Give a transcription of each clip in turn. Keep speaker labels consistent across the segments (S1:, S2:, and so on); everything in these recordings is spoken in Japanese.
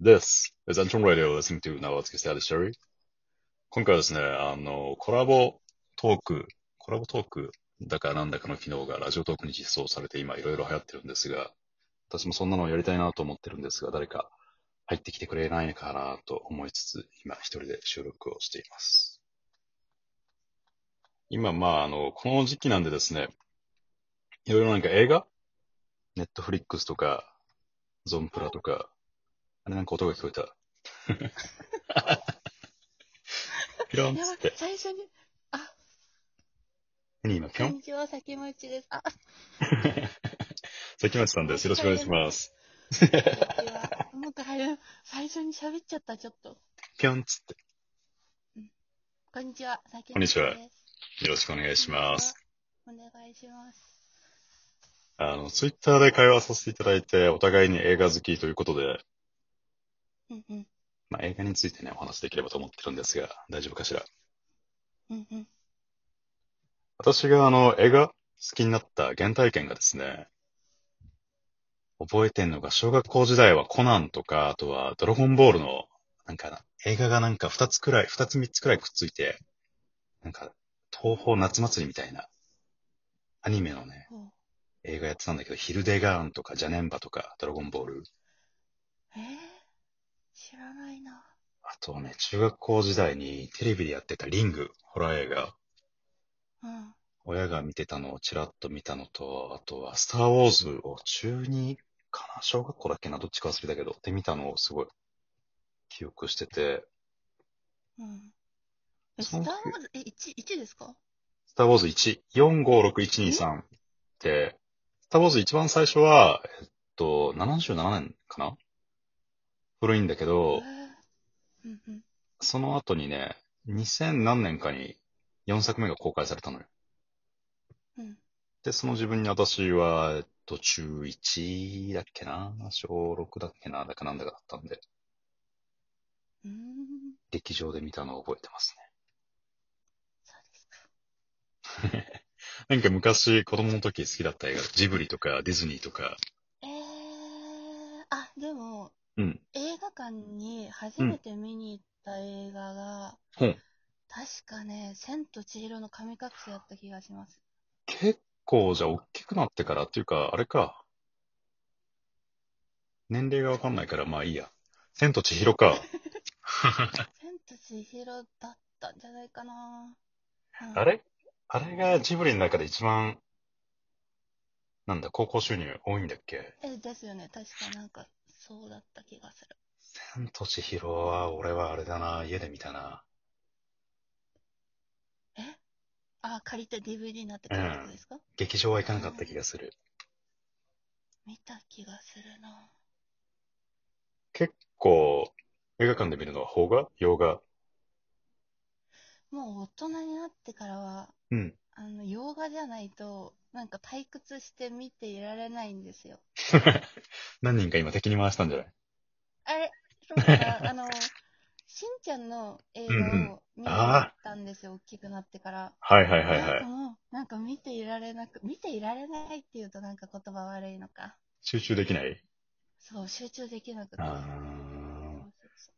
S1: This is Anton Radio listening to Now Let's Get Started, shall we? 今回はですね、あの、コラボトーク、コラボトークだかなんだかの機能がラジオトークに実装されて今いろいろ流行ってるんですが、私もそんなのをやりたいなと思ってるんですが、誰か入ってきてくれないかなと思いつつ、今一人で収録をしています。今、まあ、あの、この時期なんでですね、いろいろなんか映画ネットフリックスとか、ゾンプラとか、あれなんか音が聞こえた。ピロンっ
S2: や
S1: つっ
S2: ばい
S1: て。
S2: 最初に、あ、
S1: 何今、ピ
S2: こ
S1: ョ
S2: ん
S1: ン
S2: にちは、酒持ちです。あ、
S1: 関町さんです。よろしくお願いします。
S2: こんにちは。なんか早い、最初に喋っちゃった、ちょっと。
S1: ピョンっつっ
S2: こんにちは、酒
S1: こんにちは
S2: 持ちです。
S1: て。よろしくお願いします。
S2: こんにちは。お願いします。
S1: あの、ツイッターで会話させていただいて、お互いに映画好きということで、
S2: うんうん、
S1: まあ、映画についてね、お話しできればと思ってるんですが、大丈夫かしら。
S2: うんうん。
S1: 私があの、映画好きになった原体験がですね、覚えてんのが、小学校時代はコナンとか、あとはドラゴンボールの、なんかな、映画がなんか二つくらい、二つ三つくらいくっついて、なんか、東宝夏祭りみたいな、アニメのね、
S2: ほう
S1: 映画やってたんだけど、ヒルデガーンとか、ジャネンバとか、ドラゴンボール。
S2: えー、知らないな。
S1: あとね、中学校時代にテレビでやってたリング、ホラー映画。
S2: うん。
S1: 親が見てたのをちらっと見たのと、あとは、スターウォーズを中2かな小学校だっけなどっちか忘れたけど、で見たのをすごい記憶してて、
S2: うん。え、スタ
S1: そ
S2: ー
S1: の
S2: ウ
S1: 時
S2: ォーズ、え、1、1ですか
S1: スターウォーズ1、4、5、6、1、2、3って、スターウォーズ一番最初は、えっと、77年かな古いんだけ
S2: え
S1: ど、
S2: ー、うんうん。
S1: その後にね、2000何年かに4作目が公開されたのよ。
S2: うん。
S1: で、その自分に私は、えっと、中1だっけな小6だっけなだかなんだかだったんで、
S2: うーん。
S1: 劇場で見たのを覚えてます
S2: そうですか。
S1: ね。なんか昔、子供の時好きだった映画、ジブリとかディズニーとか、
S2: えー、あ、でも、
S1: うん。
S2: 映画館に初めて見に行った映画が、
S1: ほう
S2: 確かね、千と千尋の神隠しだった気がします。
S1: 結構、じゃあ、大きくなってからっていうか、あれか。年齢がわかんないから、まあいいや。千と千尋か。
S2: 千と千尋だったんじゃないかな、うん
S1: あれあれがジブリの中で一番、なんだ、高校収入多いんだっけ
S2: え、ですよね。確かなんか、そうだった気がする。
S1: 千と千尋は、俺はあれだな、家で見たな。
S2: あ、借りて DVD になってたってことですか、
S1: 劇場は行かなかった気がする。
S2: 見た気がするな
S1: 結構、映画館で見るのは邦画洋画
S2: もう大人になってからは、
S1: うん。
S2: あの、洋画じゃないと、なんか退屈して見ていられないんですよ。
S1: 何人か今敵に回したんじゃない
S2: あれ、そうか、 あの、しんちゃんの映画を見に行ったんですよ、大きくなってから。
S1: はいはいはいは
S2: なんか
S1: い。
S2: もう、なんか見ていられなく、見ていられないっていうとなんか言葉悪いのか。
S1: 集中できない
S2: そう、集中できなくて。
S1: あ
S2: そう
S1: ー。
S2: そうそう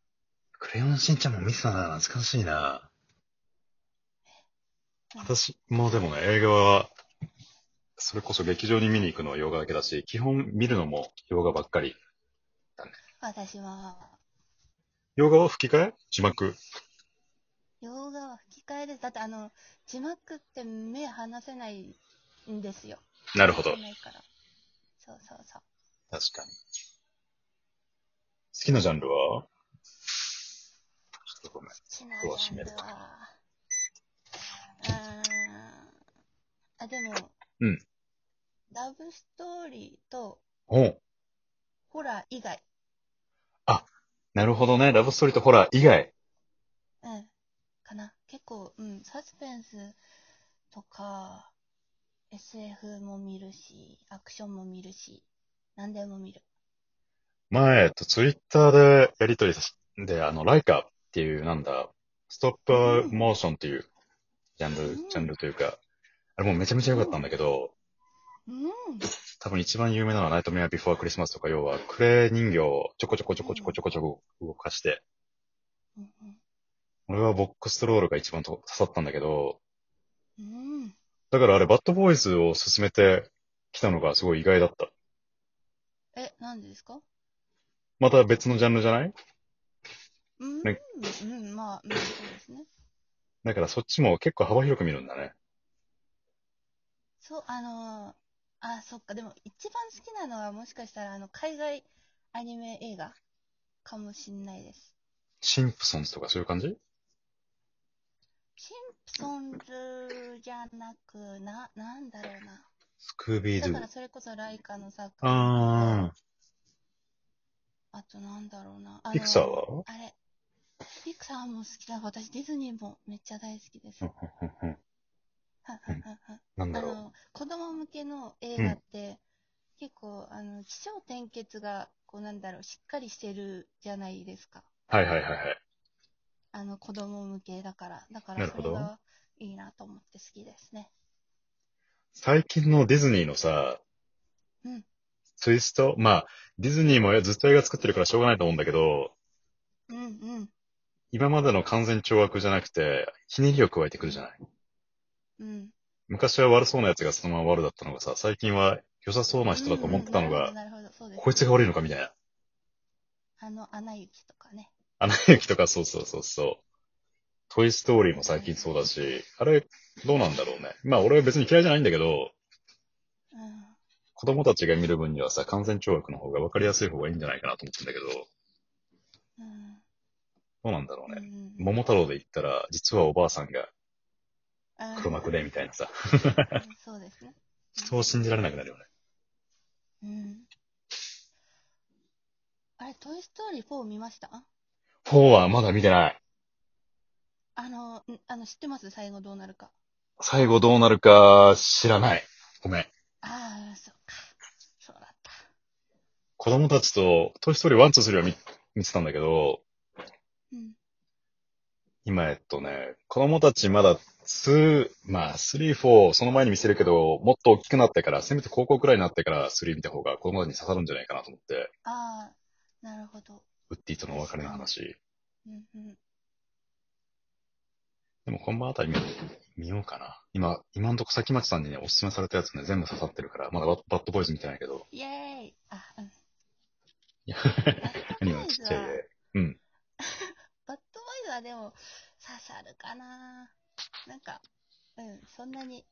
S1: クレヨンしんちゃんも見てたな、懐かしいな。私もでもね、映画は、それこそ劇場に見に行くのは洋画だけだし、基本見るのも洋画ばっかり。
S2: 私は、
S1: 洋画は吹き替え字幕。
S2: 洋画は吹き替えです。だってあの、字幕って目離せないんですよ。
S1: なるほど。
S2: 離
S1: 確
S2: せないから。そうそうそう。
S1: かに。好きなジャンルはちょっとごめん。
S2: 好きなジャンルは、うーん、あ、でも、
S1: うん
S2: ラブストーリーと
S1: おう
S2: ホラー以外。
S1: なるほどね。ラブストーリーとホラー以外。
S2: うん。かな。結構、うん、サスペンスとか、SF も見るし、アクションも見るし、何でも見る。
S1: 前、えっと、ツイッターでやりとりしで、あの、ライカっていう、なんだ、ストップモーションっていうジャンル、
S2: うん
S1: ジャンルというか、あれもうめちゃめちゃ良かったんだけど、
S2: うん。
S1: 多分一番有名なのはナイトメアビフォアクリスマスとか、要はクレー人形をちょこちょこちょこちょこちょこちょこ動かして、
S2: うんうん
S1: 俺はボックストロールが一番と刺さったんだけど、
S2: うん。
S1: だからあれバッドボーイズを進めてきたのがすごい意外だった。
S2: え、なんでですか
S1: また別のジャンルじゃない
S2: うん、
S1: ね
S2: うん、まあ、うん、そうですね。
S1: だからそっちも結構幅広く見るんだね。
S2: そう、あのーあ、そっか、でも一番好きなのはもしかしたら、あの、海外アニメ映画かもしんないです。
S1: シンプソンズとかそういう感じ
S2: シンプソンズじゃなく、な、なんだろうな。
S1: スクービー
S2: だ
S1: ド
S2: か
S1: ゥ
S2: ら。それこそライカの作
S1: あ
S2: あとなんだろうな。あ
S1: ー。
S2: の
S1: ピクサーは
S2: あれ。ピクサーも好きだ。私、ディズニーもめっちゃ大好きです。
S1: う
S2: は
S1: んうんうん
S2: ははは
S1: なんだ
S2: あ
S1: ろう。
S2: の、子供向けの映画って、結構、あの、気象転結が、こうなんだろう、しっかりしてるじゃないですか。
S1: はいはいはいはい。
S2: あの、子供向けだから。だか
S1: な
S2: ら、
S1: る
S2: そ
S1: ほ
S2: れ
S1: ど
S2: がいいなと思って好きですね。
S1: 最近のディズニーのさ、
S2: うん
S1: ツイストまあ、ディズニーもずっと映画作ってるからしょうがないと思うんだけど、
S2: うんうん。
S1: 今までの完全懲悪じゃなくて、ひねりを加えてくるじゃない。
S2: うん。
S1: 昔は悪そうなやつがそのまま悪だったのがさ、最近は良さそうな人だと思ってたの
S2: う
S1: が
S2: ん、なるほど、なるほどそうです。
S1: こいつが悪いのかみたいな。
S2: あの、アナ雪とかね。
S1: アナ雪とかそうそうそうそう。トイストーリーも最近そうだし、あれ、どうなんだろうね。まあ俺は別に嫌いじゃないんだけど、
S2: うん。
S1: 子供たちが見る分にはさ、完全懲悪の方が分かりやすい方がいいんじゃないかなと思ってんだけど、ど
S2: うん。
S1: うなんだろう
S2: う
S1: ね。
S2: ん
S1: 桃太郎で言ったら、実はおばあさんが
S2: うん
S1: 黒幕でみたいなさ、
S2: うんそうですね。
S1: 人を信じられなくなるよね。
S2: うんあれ、トイ・ストーリー4見ました
S1: 4はまだ見てない。
S2: あの、んあの、知ってます最後どうなるか。
S1: 最後どうなるか知らない。ごめん。
S2: ああ、そっか。そうだった。
S1: 子供たちと、トイストーリー1、2、3は見見てたんだけど、
S2: うん。
S1: 今、えっとね、子供たちまだ2、まあ3、4、その前に見せるけど、もっと大きくなってから、せめて高校くらいになってから3見た方が子供たちに刺さるんじゃないかなと思って、
S2: ああ、なるほど。
S1: ウッディとのお別れの話。
S2: うんうん。
S1: でも今晩あたり見よう見ようかな。今、今んとこ先町さんにね、おすすめされたやつね、全部刺さってるから、まだババッドボーイズ見てないけ ど。
S2: イエーイあ、うん。
S1: いや
S2: バッド
S1: 何
S2: ボ
S1: が
S2: ーイ
S1: ち
S2: ズ
S1: っちゃい
S2: は、
S1: で。
S2: バッドボーイズはでも、刺さるかななんか、うん、そんなに、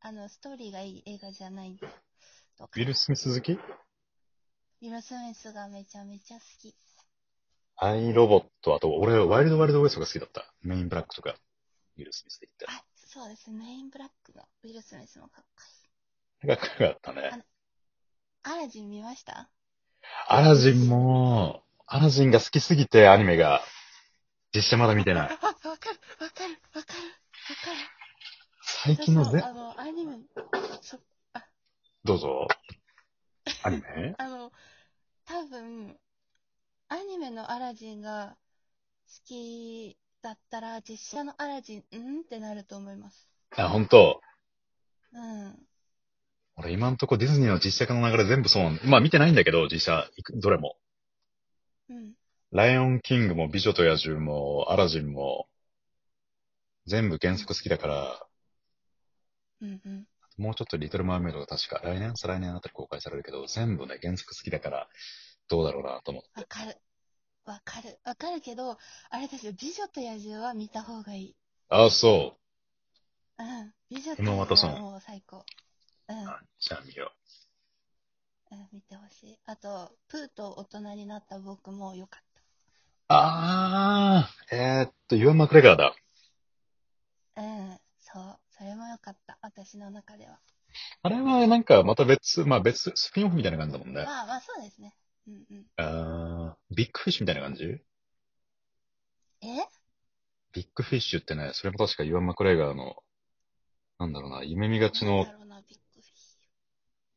S2: あの、ストーリーがいい映画じゃないんで。どうか
S1: ウィ
S2: な
S1: ル・スミス好き
S2: ウィル・スミスがめちゃめちゃ好き。
S1: アイロボット、あと、俺、ワイルド・ワイルド・ウエストが好きだった。メイン・ブラックとか、ウィル・スミスで言 ったら。
S2: あ、そうです。メインブラックのウィル・スミスもかっこ
S1: なんか、かっこよかったね。
S2: いい。アラジン見ました
S1: アラジンも、アラジンが好きすぎて、アニメが、実写まだ見てない。
S2: あ、わかる、わかる、わかる、わかる。
S1: 最近の
S2: 私
S1: ぜ
S2: も、あの、アニメ、そ
S1: どうぞ。アニメ
S2: あの、多分、アニメのアラジンが好きだったら、実写のアラジン、うんってなると思います。
S1: あ、本当
S2: うん。
S1: 俺今んとこディズニーの実写化の流れ全部そうなんだ。まあ見てないんだけど、実写、いくどれも。
S2: うん。
S1: ライオンキングも美女と野獣も、アラジンも、全部原作好きだから、
S2: うんうん。
S1: もうちょっとリトル・マーメイドが確か来年、再来年あたり公開されるけど、全部ね、原作好きだから、どうだろうなと思って。
S2: わかる。わかる。わかるけど、あれですよ、美女と野獣は見た方がいい。
S1: あ、そう。
S2: うん。美女と
S1: エマ
S2: 野
S1: ワトソ
S2: 獣
S1: ン
S2: はもう最高。うん。
S1: あじゃあ見よ
S2: うん、見てほしい。あと、プーと大人になった僕も良かっ
S1: う。あー、えー、っと、ユアン・マクレガーだ。
S2: た。うん、そう、それも良かった、私の中では。
S1: あれはなんかまた別、まあ別、スピンオフみたいな感じだもんね。
S2: まあまあ、そうですね。うんうん。
S1: あービッグフィッシュみたいな感じ
S2: え
S1: ビッグフィッシュってね、それも確かユアン・マクレガーの、なんだろうな、夢見がち
S2: なん
S1: の
S2: だ、ろうな、びっくり。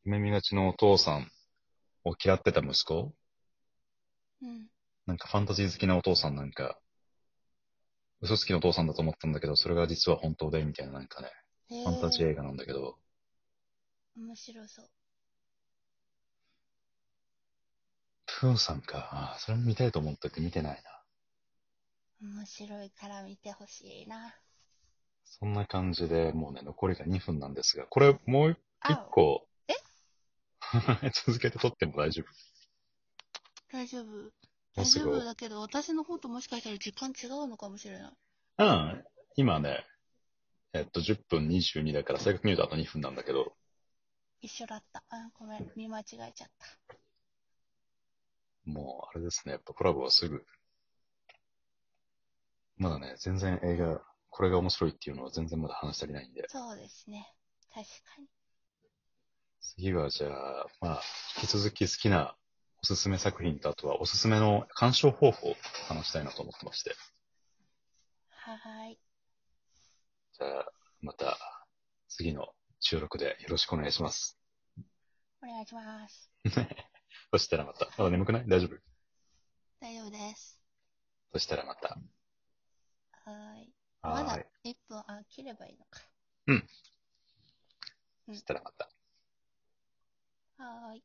S1: 夢見がちのお父さんを嫌ってた息子
S2: うん。
S1: なんかファンタジー好きなお父さんなんか、嘘つきのお父さんだと思ったんだけど、それが実は本当で、みたいななんかね、
S2: へえ
S1: ファンタジー映画なんだけど、
S2: 面白そう。
S1: プーンさんか。あそれも見たいと思ったって見てないな。
S2: 面白いから見てほしいな。
S1: そんな感じで、もうね、残りが2分なんですが、これもう一
S2: あ、
S1: 個、 続けて撮っても大丈夫。
S2: 大丈夫。
S1: もう
S2: 大
S1: す
S2: 丈
S1: ぐ
S2: 夫。だけど、私の方ともしかしたら時間違うのかもしれない。
S1: うん。今ね、えっと、10分22だから、正確に言うとあと2分なんだけど、
S2: 一緒だった。あ、ごめん、見間違えちゃった。
S1: もう、あれですね、やっぱコラボはすぐ、まだね、全然映画、これが面白いっていうのは全然まだ話し足りないんで、
S2: そうですね。確かに。
S1: 次はじゃあ、まあ、引き続き好きなおすすめ作品と、あとはおすすめの鑑賞方法を話したいなと思ってまして、
S2: はーい。
S1: じゃあ、また、次の収録でよろしくお願いし ます。
S2: お願いします。
S1: そしたらまた、まだ眠くない大丈夫
S2: 大丈夫です。
S1: そしたらまた。
S2: はーい。ま
S1: はー
S2: だ
S1: い。
S2: 1分、あ、切ればいいのか。
S1: うん。
S2: うん
S1: そしたらまた。
S2: はーい。